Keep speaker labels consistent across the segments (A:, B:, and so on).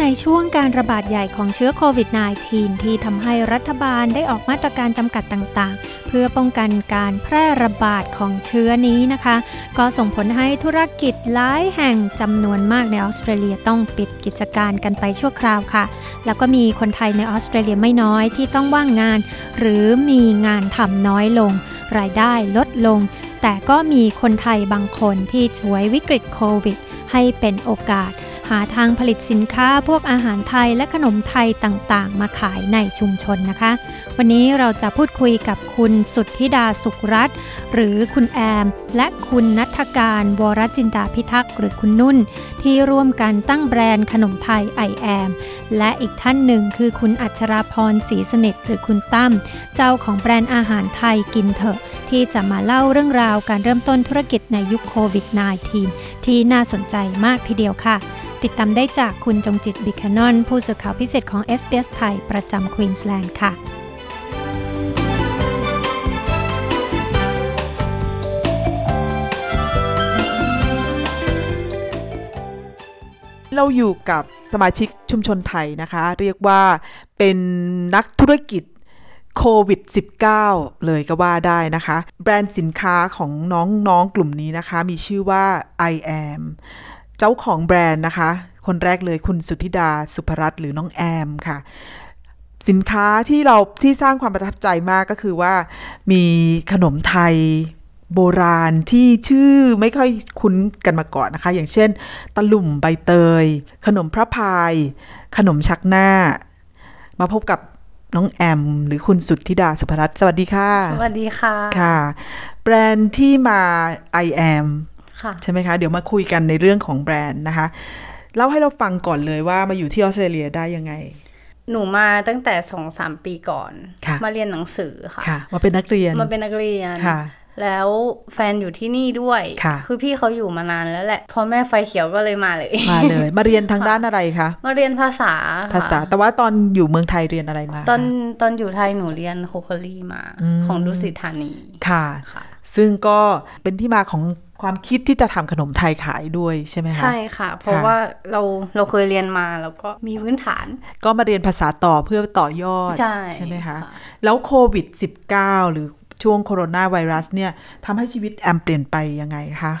A: ในช่วงการระบาดใหญ่ของเชื้อโควิด -19 ที่ทำให้รัฐบาลได้ออกมาตรการจำกัดต่างๆ เพื่อป้องกันการแพร่ระบาดของเชื้อนี้นะคะ ก็ส่งผลให้ธุรกิจหลายแห่งจำนวนมากในออสเตรเลียต้องปิดกิจการกันไปชั่วคราวค่ะ แล้วก็มีคนไทยในออสเตรเลียไม่น้อยที่ต้องว่างงาน หรือมีงานทำน้อยลง รายได้ลดลง แต่ก็มีคนไทยบางคนที่ช่วยวิกฤตโควิด ให้เป็นโอกาส หาทางผลิตสินค้าพวกอาหารไทยและขนมไทยต่างๆ มาขายในชุมชนนะคะ วันนี้เราจะพูดคุยกับคุณสุทธิดาสุขรัตน์หรือคุณแอม และคุณนัทการวรจินดาพิทักษ์หรือคุณนุ่น ที่ร่วมกันตั้งแบรนด์ขนมไทยไอแอม และอีกท่านหนึ่งคือคุณอัชราพรศรีสนิทหรือคุณตั้ม เจ้าของแบรนด์อาหารไทยกินเถอะ ที่จะมาเล่าเรื่องราวการเริ่มต้นธุรกิจในยุคโควิด -19 ที่น่าสนใจมากทีเดียวค่ะ ติดตามได้จากคุณจงจิตบิคานอน ผู้สื่อข่าวพิเศษของ s อ s ไทยประจำควีนสแลนด์ค่ะ
B: เราอยู่กับสมาชิกชุมชนไทยนะคะ เรียกว่าเป็นนักธุรกิจโควิด -19 เลยก็ว่าได้นะคะ แบรนด์สินค้าของน้องๆกลุ่มนี้นะคะ มีชื่อว่า I am เจ้าของแบรนด์นะคะ คนแรกเลยคุณสุทธิดาสุภรัตน์หรือน้องแอมค่ะ สินค้าที่เราที่สร้างความประทับใจมากก็คือว่า มีขนมไทยโบราณที่ชื่อไม่ค่อยคุ้นกันมาก่อนนะคะ อย่างเช่น ตะลุ่มใบเตย ขนมพระพาย ขนมชักหน้า มาพบกับน้องแอม หรือคุณสุทธิดาสุภรัตน์สวัสดีค่ะ
C: สวัสดีค่ะ
B: ค่ะ แบรนด์ที่มา I am
C: ค่ะ
B: ใช่ไหมคะ เดี๋ยวมาคุยกันในเรื่องของแบรนด์นะคะเล่าให้เราฟังก่อนเลยว่ามาอยู่ที่ออสเตรเลียได้ยังไง
C: หนูมาตั้งแต่สองสามปีก่อน
B: ค่ะ
C: มาเรียนหนังสือค่ะ
B: ค่ะ มาเป็นนักเรียน
C: มาเป็นนักเรียน
B: ค่ะ
C: แล้วแฟนอยู่ที่นี่ด้วย
B: ค่ะ
C: อพี่เขาอยู่มานานแล้วแหละ พอแม่ไฟเขียวก็เลยมาเลย
B: มาเลย มาเรียนทางด้านอะไรคะ
C: มาเรียนภาษาค่ะ
B: ภาษาแต่ว่าตอนอยู่เมืองไทยเรียนอะไรมาคะ
C: ตอนตอนอยู่ไทยหนูเรียนโคคอรี่มา
B: อืม
C: ของดุสิตธานี
B: ค่ะ
C: ค่ะ
B: ซึ่งก็เป็นที่มาของความคิดที่จะทำขนมไทยขายด้วยใช่ไหมคะ
C: ใช่ค่ะ เพราะ
B: ค่ะ
C: ว่าเราเราเคยเรียนมาแล้วก็มีพื้นฐาน
B: ก็มาเรียนภาษาต่อเพื่อต่อยอด
C: ใช่
B: ไหมคะ
C: ค่ะ
B: แล้วโควิด -19 หรือช่วงโคโรนาไวรัสเนี่ยทำให้ชีวิตแอมเปลี่ยนไปยังไงคะ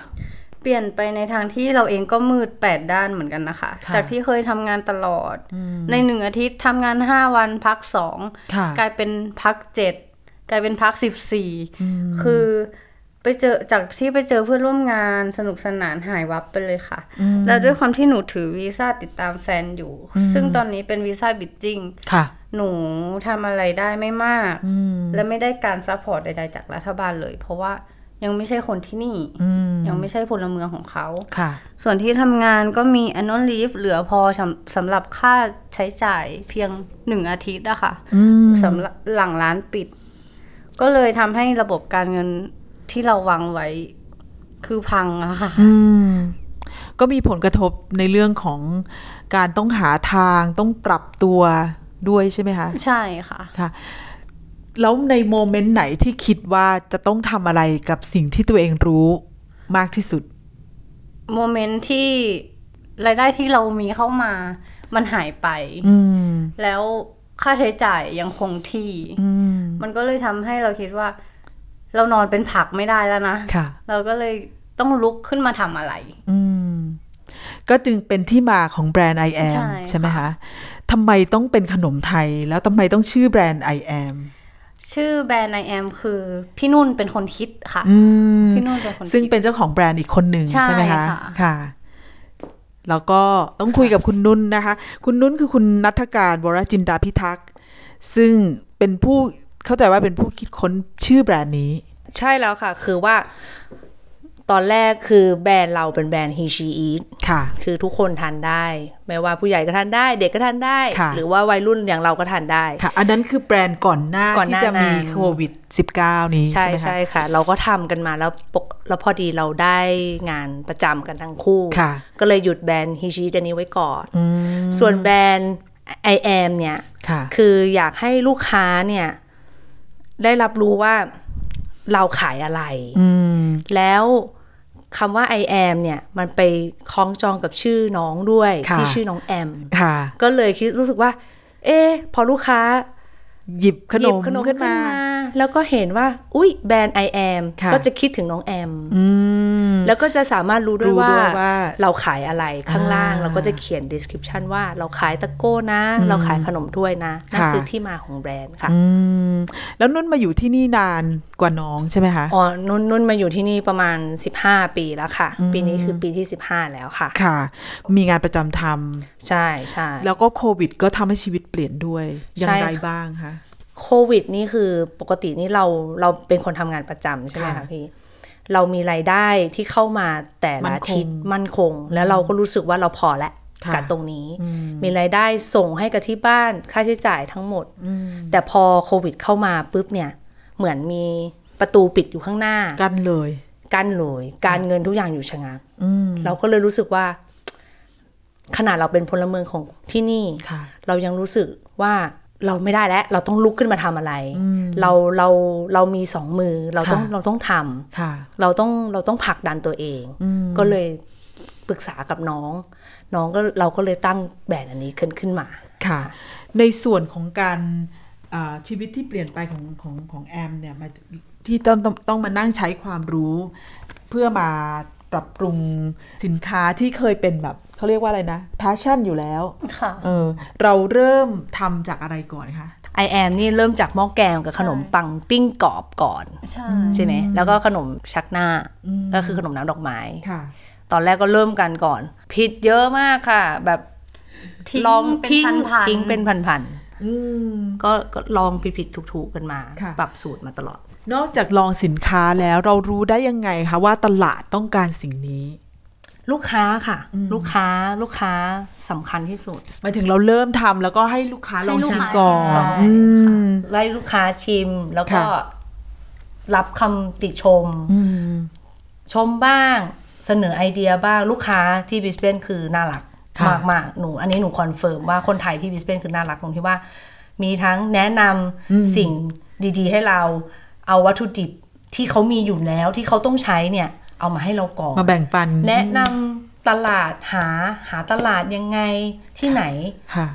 C: เปลี่ยนไปในทางที่เราเองก็มืดแปดด้านเหมือนกันนะคะ
B: ค่ะ
C: จากที่เคยทำงานตลอด ในหนึ่งอาทิตย์ทำงานห้าวันพักสอง
B: ค่ะ
C: กลายเป็นพักเจ็ดกลายเป็นพักสิบสี่คือไปเจอจากที่ไปเจอเพื่อนร่วมงานสนุกสนานหายวับไปเลยค่ะ แล้วด้วยความที่หนูถือวีซ่าติดตามแฟนอยู่ ซึ่งตอนนี้เป็นวีซ่าบิดจิ้ง
B: ค่ะ
C: หนูทำอะไรได้ไม่มาก
B: อืม
C: และไม่ได้การซัพพอร์ตใดๆจากรัฐบาลเลย เพราะว่ายังไม่ใช่คนที่นี่
B: อืม
C: ยังไม่ใช่พลเมืองของเขา
B: ค่ะ
C: ส่วนที่ทำงานก็มี annual leave เหลือพอสำสำหรับค่าใช้จ่ายเพียงหนึ่งอาทิตย์อะค่ะ
B: อืม
C: สำหรับหลังร้านปิด ก็เลยทำให้ระบบการเงินที่เราวางไว้คือพังอะค่ะ
B: อืม ก็มีผลกระทบในเรื่องของการต้องหาทางต้องปรับตัวด้วยใช่ไหมคะ
C: ใช่ค่ะ
B: ค่ะ แล้วในโมเมนต์ไหนที่คิดว่าจะต้องทำอะไรกับสิ่งที่ตัวเองรู้มากที่สุด
C: โมเมนต์ที่รายได้ที่เรามีเข้ามา มันหายไป
B: อืม
C: แล้วค่าใช้จ่ายยังคงที่
B: อืม
C: มันก็เลยทำให้เราคิดว่า เรานอนเป็นผักไม่ได้แล้วนะ
B: ค่ะ
C: เราก็เลยต้องลุกขึ้นมาทำอะไร
B: อืม ก็จึงเป็นที่มาของแบรนด์ I am
C: ใช่
B: ใช่ไหมคะทำไมต้องเป็นขนมไทย แล้วทำไมต้องชื่อแบรนด์ I am
C: ชื่อแบรนด์ไอแอมคือพี่นุ่นเป็นคนคิดค่ะ
B: อืม
C: พี่นุ่นเป็นคน
B: ซึ่ง
C: คิด
B: เป็นเจ้าของแบรนด์อีกคนหนึ่ง
C: ใช่
B: ใช่ไหมคะ
C: ค่ะ
B: ค่ะ แล้วก็ต้องคุยกับคุณนุ่นนะคะ คุณนุ่นคือคุณนัทการวรจินดาพิทักษ์ ซึ่งเป็นผู้เข้าใจว่าเป็นผู้คิดค้นชื่อแบรนด์นี้
D: ใช่แล้วค่ะ คือว่า ตอนแรกคือแบรนด์เราเป็นแบรนด์ he she eat
B: ค่ะ
D: คือทุกคนทานได้ ไม่ว่าผู้ใหญ่ก็ทานได้ เด็กก็ทานได้
B: ค่ะ
D: หรือว่าวัยรุ่นอย่างเราก็ทานได้
B: ค่ะ อันนั้นคือแบรนด์ก่อนหน้า
D: ก่อนห
B: ที่
D: น้า
B: จะมี
D: นั้น
B: โควิด -19 นี้
D: ใช่
B: ใช่ไหมคะ
D: ใช่ค่ะ เราก็ทำกันมาแล้วปกแล้วพอดีเราได้งานประจำกันทั้งคู่
B: ค่ะ
D: ก็เลยหยุดแบรนด์ฮิชิตัวนี้ไว้ก่อน
B: อืม
D: ส่วนแบรนด์ I am เนี่ย
B: ค่ะ
D: คืออยากให้ลูกค้าเนี่ย ได้รับรู้ว่าเราขายอะไร
B: อืม
D: แล้วคำว่า I am เนี่ย มันไปคล้องจองกับชื่อน้องด้วย
B: ค่ะ
D: ที่ชื่อน้องแอม
B: ค่ะ
D: ก็เลยคิดรู้สึกว่า เอ๊ะพอลูกค้า
B: หยิบข
D: ห
B: น
D: ยิบ
B: ม
D: ขนม
B: ขึ้
D: ขึ้
B: น
D: น
B: มา
D: มา แล้วก็เห็นว่า อุ๊ย แบรนด์ I am
B: ค่ะ
D: ก็จะคิดถึงน้องแอม
B: อืม
D: แล้วก็จะสามารถรู้ด้วย
B: รู้
D: ว่า
B: ด้วยว่า
D: เราขายอะไรข้างล่าง
B: อ่า
D: เราก็จะเขียน description ว่าเราขายตะโก้นะ เราขายขนมถ้วยนะนั่น
B: ค่ะ
D: คือที่มาของแบรนด์ค่ะ
B: อืม แล้วนุ่นมาอยู่ที่นี่นานกว่าน้องใช่ไหมคะ
D: อ๋อนุ่นนุ่นมาอยู่ที่นี่ประมาณ 15 ปีแล้วค่ะ ปีนี้คือปีที่ 15 แล้วค่ะ
B: ค่ะ มีงานประจำท
D: ใช่ใช่
B: ำแล้วก็โควิด ก็ทำให้ชีวิตเปลี่ยนด้วยอย่าง
D: ใช่
B: ไร
D: ค่ะ
B: บ้างคะ
D: โควิดนี่คือปกตินี่เราเราเป็นคนทำงานประจำใช่ไหม
B: ค่ะ
D: คะพี่เรามีรายได้ที่เข้ามาแต่ละ
B: มั่นคง
D: อาทิตย์มั่นคง แล้วเราก็รู้สึกว่าเราพอละ
B: ค่ะ
D: กับตรงนี้
B: อืม
D: มีรายได้ส่งให้กับที่บ้านค่าใช้จ่ายทั้งหมด
B: อืม
D: แต่พอโควิดเข้ามาปุ๊บเนี่ย เหมือนมีประตูปิดอยู่ข้างหน้า
B: กันเลย
D: กั้นเลยการเงินทุกอย่างอยู่ชะงัก
B: อืม
D: เราก็เลยรู้สึกว่า ขนาดเราเป็นพลเมืองของที่นี่
B: ค่ะ
D: เรายังรู้สึกว่าเราไม่ได้แล้ว เราต้องลุกขึ้นมาทำอะไร เราเราเรามีสองมือเราต้อง
B: ค่ะ
D: เราต้องทำ
B: ค่ะ
D: เราต้องเราต้องผลักดันตัวเอง
B: อืม
D: ก็เลยปรึกษากับน้อง น้องก็เราก็เลยตั้งแบรนด์อันนี้ขึ้นขึ้นมา
B: ค่ะ ในส่วนของการอ่าชีวิตที่เปลี่ยนไปของของของแอมเนี่ยมาที่ต้องต้องต้องมานั่งใช้ความรู้ เพื่อมาปรับปรุงสินค้าที่เคยเป็นแบบเขาเรียกว่าอะไรนะ p a s s i o n อยู่แล้ว
C: ค่ะ
B: เออเราเริ่มทำจากอะไรก่อนคะ
D: I am นี่เริ่มจากหม้อแกงกับขนมปังปิ้งกรอบก่อน
C: ใช่
D: ใช่ไหมแล้วก็ขนมชักหน้า
B: อืม
D: ก็คือขนมน้ำดอกไม้
B: ค่ะ
D: ตอนแรกก็เริ่มกันก่อน ผิดเยอะมากค่ะ แบบ
C: ทิ้ง
D: ลอง
C: เป็น
D: ทิ้ง
C: พันๆ
D: ทิ้งเป็นพัน
B: อืม
D: ๆก็ก็ลองผิดผิดถูกถูกๆกันมา
B: ค่ะ
D: ปรับสูตรมาตลอด
B: นอกจากลองสินค้าแล้วเรารู้ได้ยังไงคะว่าตลาดต้องการสิ่งนี้
D: ลูกค้าค่ะ ลูกค้าลูกค้าสำคัญที่สุด
B: หมายถึงเราเริ่มทำแล้วก็ให้ลูกค้าลอง
C: ให้ลูก
B: ชิม
C: ค้า
B: ก่อ
C: ใช่
B: นอืม
D: ไล่ลูกค้าชิมแล้วก็
B: ค่ะ
D: รับคำติชม
B: อืม
D: ชมบ้าง เสนอไอเดียบ้างลูกค้าที่บริสเบนคือน่ารัก
B: ค่ะ
D: มากมากๆหนู อันนี้หนูคอนเฟิร์มว่าคนไทยที่บริสเบนคือน่ารักตรงที่ว่า มีทั้งแนะนำสิ่งดีๆ ให้เรา เอาวัตถุดิบที่เขามีอยู่แล้วที่เขาต้องใช้เนี่ย เอามาให้เราก่อน
B: มาแบ่งปัน
D: แนะนำตลาดหาหาตลาดยังไงที่ไหน
B: ค่ะ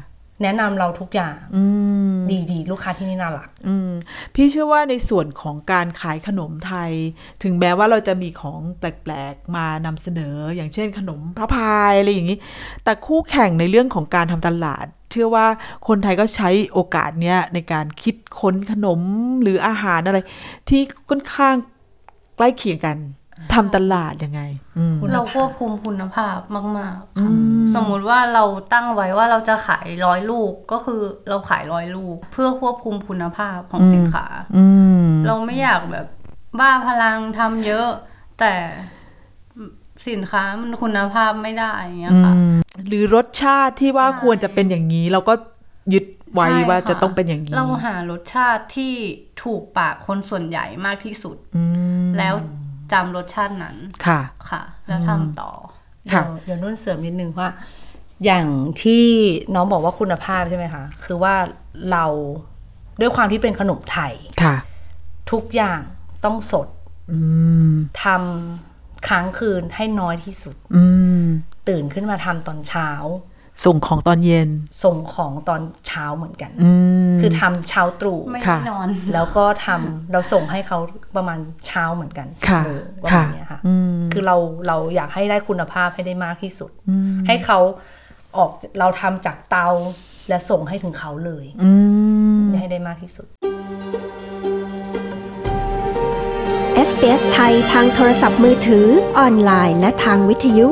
D: แนะนำเราทุกอย่าง
B: อืม
D: ดีๆ ลูกค้าที่นี่น่ารัก
B: อืม พี่เชื่อว่าในส่วนของการขายขนมไทย ถึงแม้ว่าเราจะมีของแปลกๆ มานำเสนอ อย่างเช่นขนมพระพายอะไรอย่างนี้ แต่คู่แข่งในเรื่องของการทำตลาด เชื่อว่าคนไทยก็ใช้โอกาสเนี้ยในการคิดค้นขนมหรืออาหารอะไร ที่ค่อนข้างใกล้เคียงกันทำตลาดยังไง อืม
C: เราควบคุมคุณภาพมากๆค่ะสมมุติว่าเราตั้งไว้ว่าเราจะขายร้อยลูกก็คือเราขายร้อยลูก เพื่อควบคุมคุณภาพของสินค้า
B: อืม
C: เราไม่อยากแบบบ้าพลังทำเยอะ แต่สินค้ามันคุณภาพไม่ได้อย่างเงี้ยค่ะ
B: หรือรสชาติที่ว่า
C: ใช่
B: ควรจะเป็นอย่างนี้ เราก็ยึดไว้
C: ใช่ค่
B: ว่าจะต้องเป็นอย่างนี้
C: เราหารสชาติที่ถูกปากคนส่วนใหญ่มากที่สุด
B: อืม
C: แล้วจำรสชาตินั้น
B: ค่ะ
C: ค่ะ แล้วทำต่อ
B: ค่ะ
D: เดี๋ยวเดี๋ยวนุ่นเสริมนิดนึงว่า อย่างที่น้องบอกว่าคุณภาพใช่ไหมคะ คือว่าเราด้วยความที่เป็นขนมไทย
B: ค่ะ
D: ทุกอย่างต้องสด
B: อืม
D: ทำค้างคืนให้น้อยที่สุด
B: อืม
D: ตื่นขึ้นมาทำตอนเช้า
B: ส่งของตอนเย็น
D: ส่งของตอนเช้าเหมือนกัน
B: อืม
D: คือทำเช้าตรู่
C: ไม่
B: ค่ะ
C: ได้นอน
D: แล้วก็ทำเราส่งให้เขาประมาณเช้าเหมือนกันสิบ
B: ค่ะ
D: โมงประ
B: ค่ะ
D: มาณเนี้ยค่ะ คือเราเราอยากให้ได้คุณภาพให้ได้มากที่สุด ให้เขาออกเราทำจากเตาและส่งให้ถึงเขาเลย
B: อืม
D: ให้ได้มากที่สุด
A: SBS ไทยทางโทรศัพท์มือถือ ออนไลน์และทางวิทยุ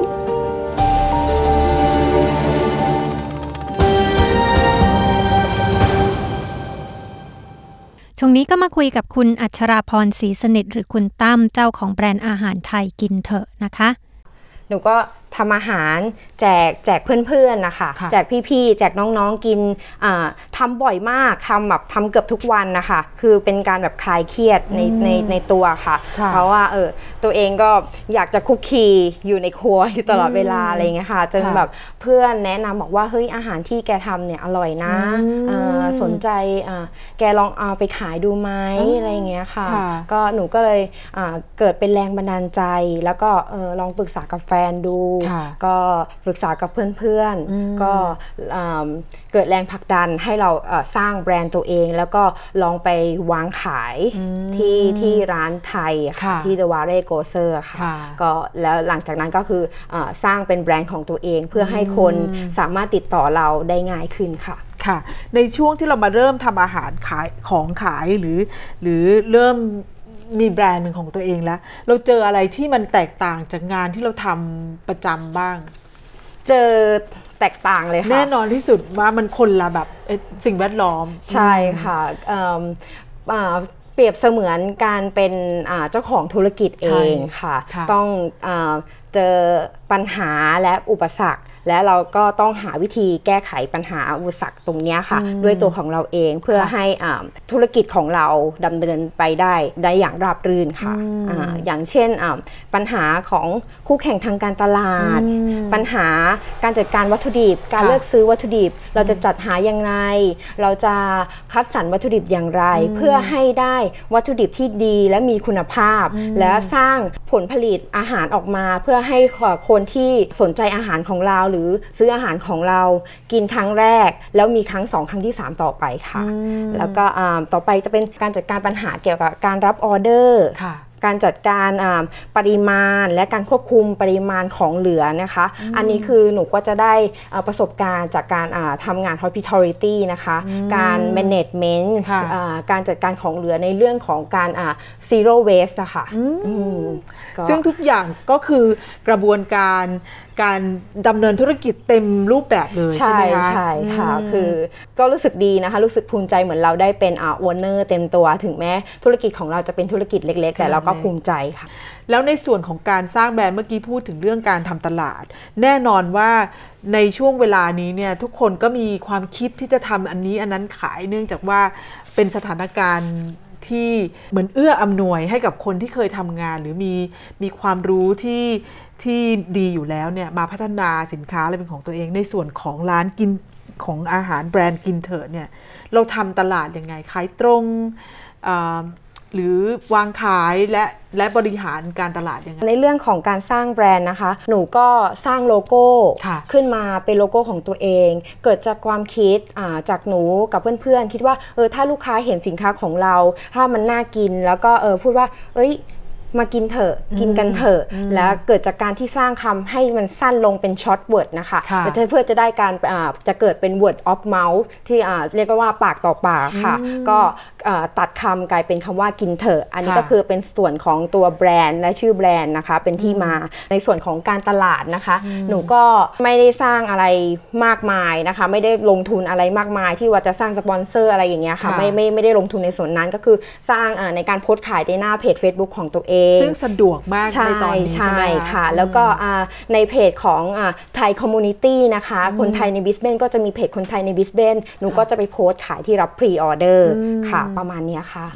A: ช่วงนี้ก็มาคุยกับคุณอัชราพรศรีสนิทหรือคุณตั้มเจ้าของแบรนด์อาหารไทยกินเถอะนะคะ
E: หนูก็ทำอาหารแจกแจกเพื่อนๆนะคะ
B: ค่ะ
E: แจกพี่ๆ แจกน้องๆกินอ่าทำบ่อยมากทำแบบทำเกือบทุกวันนะคะ คือเป็นการแบบคลายเครียดในในในตัวค่ะ
B: ค่ะ
E: เพราะว่าเออตัวเองก็อยากจะคุกคีอยู่ในครัว อยู่ตลอดเวลาอะไรอย่างเงี้ยค่ะ จน
B: ค่ะ
E: แบบเพื่อนแนะนำบอกว่าเฮ้ยอาหารที่แกทำเนี่ยอร่อยนะ
B: อืม
E: เอ่อสนใจอ่าแกลองเอาไปขายดูไหมอะไรอย่างเงี้ยค่ะ
B: ค่ะ
E: ก็หนูก็เลยอ่าเกิดเป็นแรงบันดาลใจ แล้วก็เออลองปรึกษากับแฟนดู
B: ค่ะ
E: ก็ปรึกษากับเพื่อน
B: อืม
E: ๆ ก็อ่าเกิดแรงผลักดันให้เราเอ่อสร้างแบรนด์ตัวเอง แล้วก็ลองไปวางขาย
B: อืม
E: ที่ที่ร้านไทยอะค่ะ
B: ค่ะ
E: ที่ The w a r e g o s e r ค่ะ
B: ค่ะ
E: ก็แล้วหลังจากนั้นก็คือเออสร้างเป็นแบรนด์ของตัวเองเพื่อให้คน
B: อืม
E: สามารถติดต่อเราได้ง่ายขึ้นค่ะ
B: ค่ะ ในช่วงที่เรามาเริ่มทำอาหารขายของขายหรือ หรือเริ่มมีแบรนด์เป็นของตัวเองแล้ว เราเจออะไรที่มันแตกต่างจากงานที่เราทำประจำบ้าง
E: เจอแตกต่างเลยค่ะ
B: แน่นอนที่สุดว่ามันคนละแบบเอ่อสิ่งแวดล้อม
E: ใช่ค่ะเอิ่มอ่าเปรียบเสมือนการเป็นอ่าเจ้าของธุรกิจเองค่ะ
B: ค่ะ
E: ต้องอาเจอปัญหาและอุปสรรค และเราก็ต้องหาวิธีแก้ไขปัญหาอุปสรรคตรงเนี้ยค่ะ
B: อืม
E: ด้วยตัวของเราเองเพื่อ
B: ค่ะ
E: ให้อ่าธุรกิจของเราดำเนินไปได้ได้อย่างราบรื่นค่ะ
B: อืม
E: อาอย่างเช่นอ่าปัญหาของคู่แข่งทางการตลาด
B: อืม
E: ปัญหาการจัดการวัตถุดิบ การ
B: ค่ะ
E: เลือกซื้อวัตถุดิบ เราจะจัดหาอย่างไร เราจะคัดสรรวัตถุดิบอย่างไร
B: อืม
E: เพื่อให้ได้วัตถุดิบที่ดีและมีคุณภาพ
B: อืม
E: และสร้างผลผลิตอาหารออกมา เพื่อให้คนที่สนใจอาหารของเรา หรือซื้ออาหารของเรา กินครั้งแรก แล้วมีครั้งสองครั้งที่สามต่อไปค่ะ แล้วก็อ่าต่อไปจะเป็นการจัดการปัญหาเกี่ยวกับการรับออเดอร์
B: ค่ะ
E: การจัดการอ่าปริมาณและการควบคุมปริมาณของเหลือนะคะ อันนี้คือหนูก็จะได้อ่าประสบการณ์จากการอ่าทำงาน hospitality นะคะ
B: อืม
E: การ management
B: ค่ะ
E: อ่าการจัดการของเหลือในเรื่องของการอ่า zero waste นะคะ
B: อืม
E: อืมก็
B: ซึ่งทุกอย่างก็คือกระบวนการการดำเนินธุรกิจเต็มรูปแบบเลยใช่
E: ใช่
B: ไหมคะ
E: ใช่ค่ะ
B: ม
E: คือก็รู้สึกดีนะคะ รู้สึกภูมิใจเหมือนเราได้เป็นอ่า owner เต็มตัวถึงแม้ธุรกิจของเราจะเป็นธุรกิจเล็ก ๆ แต่เราก็ภูมิใจค่ะ
B: แล้วในส่วนของการสร้างแบรนด์เมื่อกี้พูดถึงเรื่องการทำตลาด แน่นอนว่าในช่วงเวลานี้เนี่ยทุกคนก็มีความคิดที่จะทำอันนี้อันนั้นขายเนื่องจากว่าเป็นสถานการณ์ที่เหมือนเอื้ออำนวยให้กับคนที่เคยทำงาน หรือมีมีความรู้ที่ที่ดีอยู่แล้วเนี่ยมาพัฒนาสินค้าอะไรเป็นของตัวเอง ในส่วนของร้านกินของอาหารแบรนด์กินเถอะเนี่ยเราทำตลาดยังไงขายตรงเอ่อ หรือวางขายและและบริหารการตลาดยังไง
E: ในเรื่องของการสร้างแบรนด์นะคะ หนูก็สร้างโลโก้
B: ค่ะ
E: ขึ้นมาเป็นโลโก้ของตัวเอง เกิดจากความคิดอ่าจากหนูกับเพื่อนๆ คิดว่าเออถ้าลูกค้าเห็นสินค้าของเรา ถ้ามันน่ากินแล้วก็เออพูดว่า เอ้ย มากินเถอะกินกันเถอะ แล้วเกิดจากการที่สร้างคำให้มันสั้นลงเป็นช็อตเวิร์ดนะคะ
B: ค่ะ
E: แล้วจะเพื่อจะได้การอ่าจะเกิดเป็น word of mouth ที่อ่าเรียกว่าปากต่อปากค่ะ ก็อ่าตัดคำกลายเป็นคำว่ากินเถอะ อันนี้
B: ค่ะ
E: ก็คือ คือเป็นส่วนของตัวแบรนด์และชื่อแบรนด์นะคะ เป็นที่มาในส่วนของการตลาดนะคะ หนูก็ไม่ได้สร้างอะไรมากมายนะคะ ไม่ได้ลงทุนอะไรมากมาย ที่ว่าจะสร้างสปอนเซอร์อะไรอย่างเงี้ยค่ะ
B: ค่ะ
E: ไม่ไม่ไม่ได้ลงทุนในส่วนนั้นก็คือสร้างอ่าในการโพสต์ขายในหน้าเพจ Facebook ของตัวเอง
B: ซึ่งสะดวกมากในตอนนี้ใช่ไหม
E: ใช่ค่ะ แล้วก็อ่าในเพจของไทยคอมมูนิตี้นะคะ คนไทยในบิสเบนก็จะมีเพจคนไทยในบิสเบนหนูก็จะไปโพสต์ขายที่รับพรีออเดอร์ค่ะ ประมาณเนี้ยค่ะ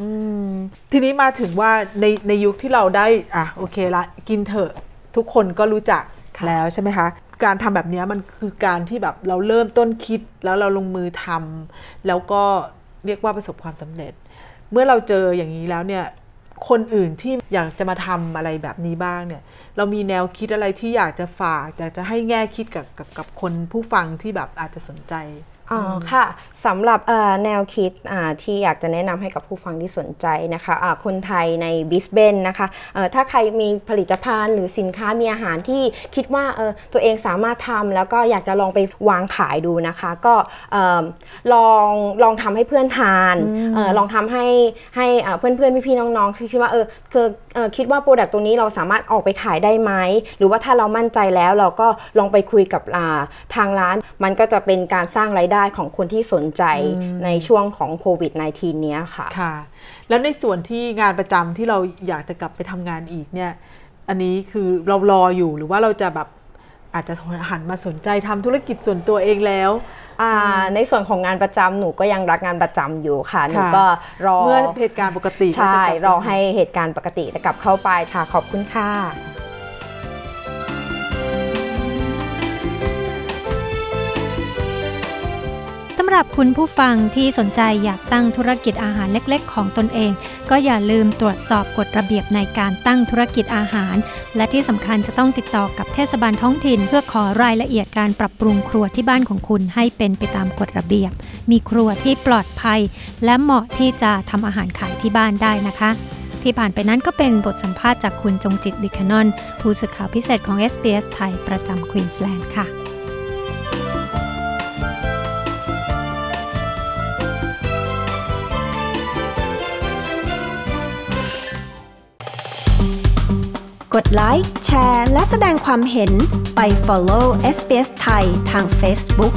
B: ทีนี้มาถึงว่าในในยุคที่เราได้อ่ะโอเคละกินเถอะทุกคนก็รู้จักแล้วใช่ไหมคะ การทำแบบเนี้ยมันคือการที่แบบเราเริ่มต้นคิดแล้วเราลงมือทำแล้วก็เรียกว่าประสบความสำเร็จ เมื่อเราเจออย่างนี้แล้วเนี่ยคนอื่นที่อยากจะมาทำอะไรแบบนี้บ้างเนี่ยเรามีแนวคิดอะไรที่อยากจะฝากอยากจะให้แง่คิดกับกับกับคนผู้ฟังที่แบบอาจจะสนใจ
E: อ๋อค่ะสำหรับเอ่อแนวคิดอ่าที่อยากจะแนะนำให้กับผู้ฟังที่สนใจนะคะอ่าคนไทยในบิสเบนนะคะเอ่อถ้าใครมีผลิตภัณฑ์หรือสินค้ามีอาหารที่คิดว่าเอ่อตัวเองสามารถทำแล้วก็อยากจะลองไปวางขายดูนะคะ ก็เอิ่มลองลองทำให้เพื่อนทานเอ่อลองทำให้ให้อ่าเพื่อนๆพี่ๆน้องๆที่คิดว่าเออคือเอ่อคิดว่าโปรดักต์ตัวนี้เราสามารถออกไปขายได้ไหมหรือว่าถ้าเรามั่นใจแล้วเราก็ลองไปคุยกับอ่าทางร้าน มันก็จะเป็นการสร้างรายได้ ได้ของคนที่สนใจในช่วงของโควิด -19 เนี้ยค่ะ
B: ค่ะ แล้วในส่วนที่งานประจำที่เราอยากจะกลับไปทำงานอีกเนี่ย อันนี้คือเรารออยู่หรือว่าเราจะแบบอาจจะหันมาสนใจทำธุรกิจส่วนตัวเองแล้ว
E: อ่าในส่วนของงานประจำหนูก็ยังรักงานประจำอยู่ค่ะ หนูก็รอ
B: เมื่อเหตุการณ์ปกติก็จะ
E: ใช่
B: กลับมา
E: รอให้เหตุการณ์ปกติกลับเข้าไปค่ะ ขอบคุณค่ะ
A: สำหรับคุณผู้ฟังที่สนใจอยากตั้งธุรกิจอาหารเล็กๆ ของตนเอง ก็อย่าลืมตรวจสอบกฎระเบียบในการตั้งธุรกิจอาหาร และที่สำคัญจะต้องติดต่อกับเทศบาลท้องถิ่น เพื่อขอรายละเอียดการปรับปรุงครัวที่บ้านของคุณให้เป็นไปตามกฎระเบียบ มีครัวที่ปลอดภัย และเหมาะที่จะทำอาหารขายที่บ้านได้นะคะ ที่ผ่านไปนั้นก็เป็นบทสัมภาษณ์จากคุณจงจิตบิคานอนผู้สื่อข่าวพิเศษของ SBS ไทยประจำควีนสแลนด์ค่ะ
F: กดไลค์ แชร์ และแสดงความเห็นไป follow SBS ไทยทาง Facebook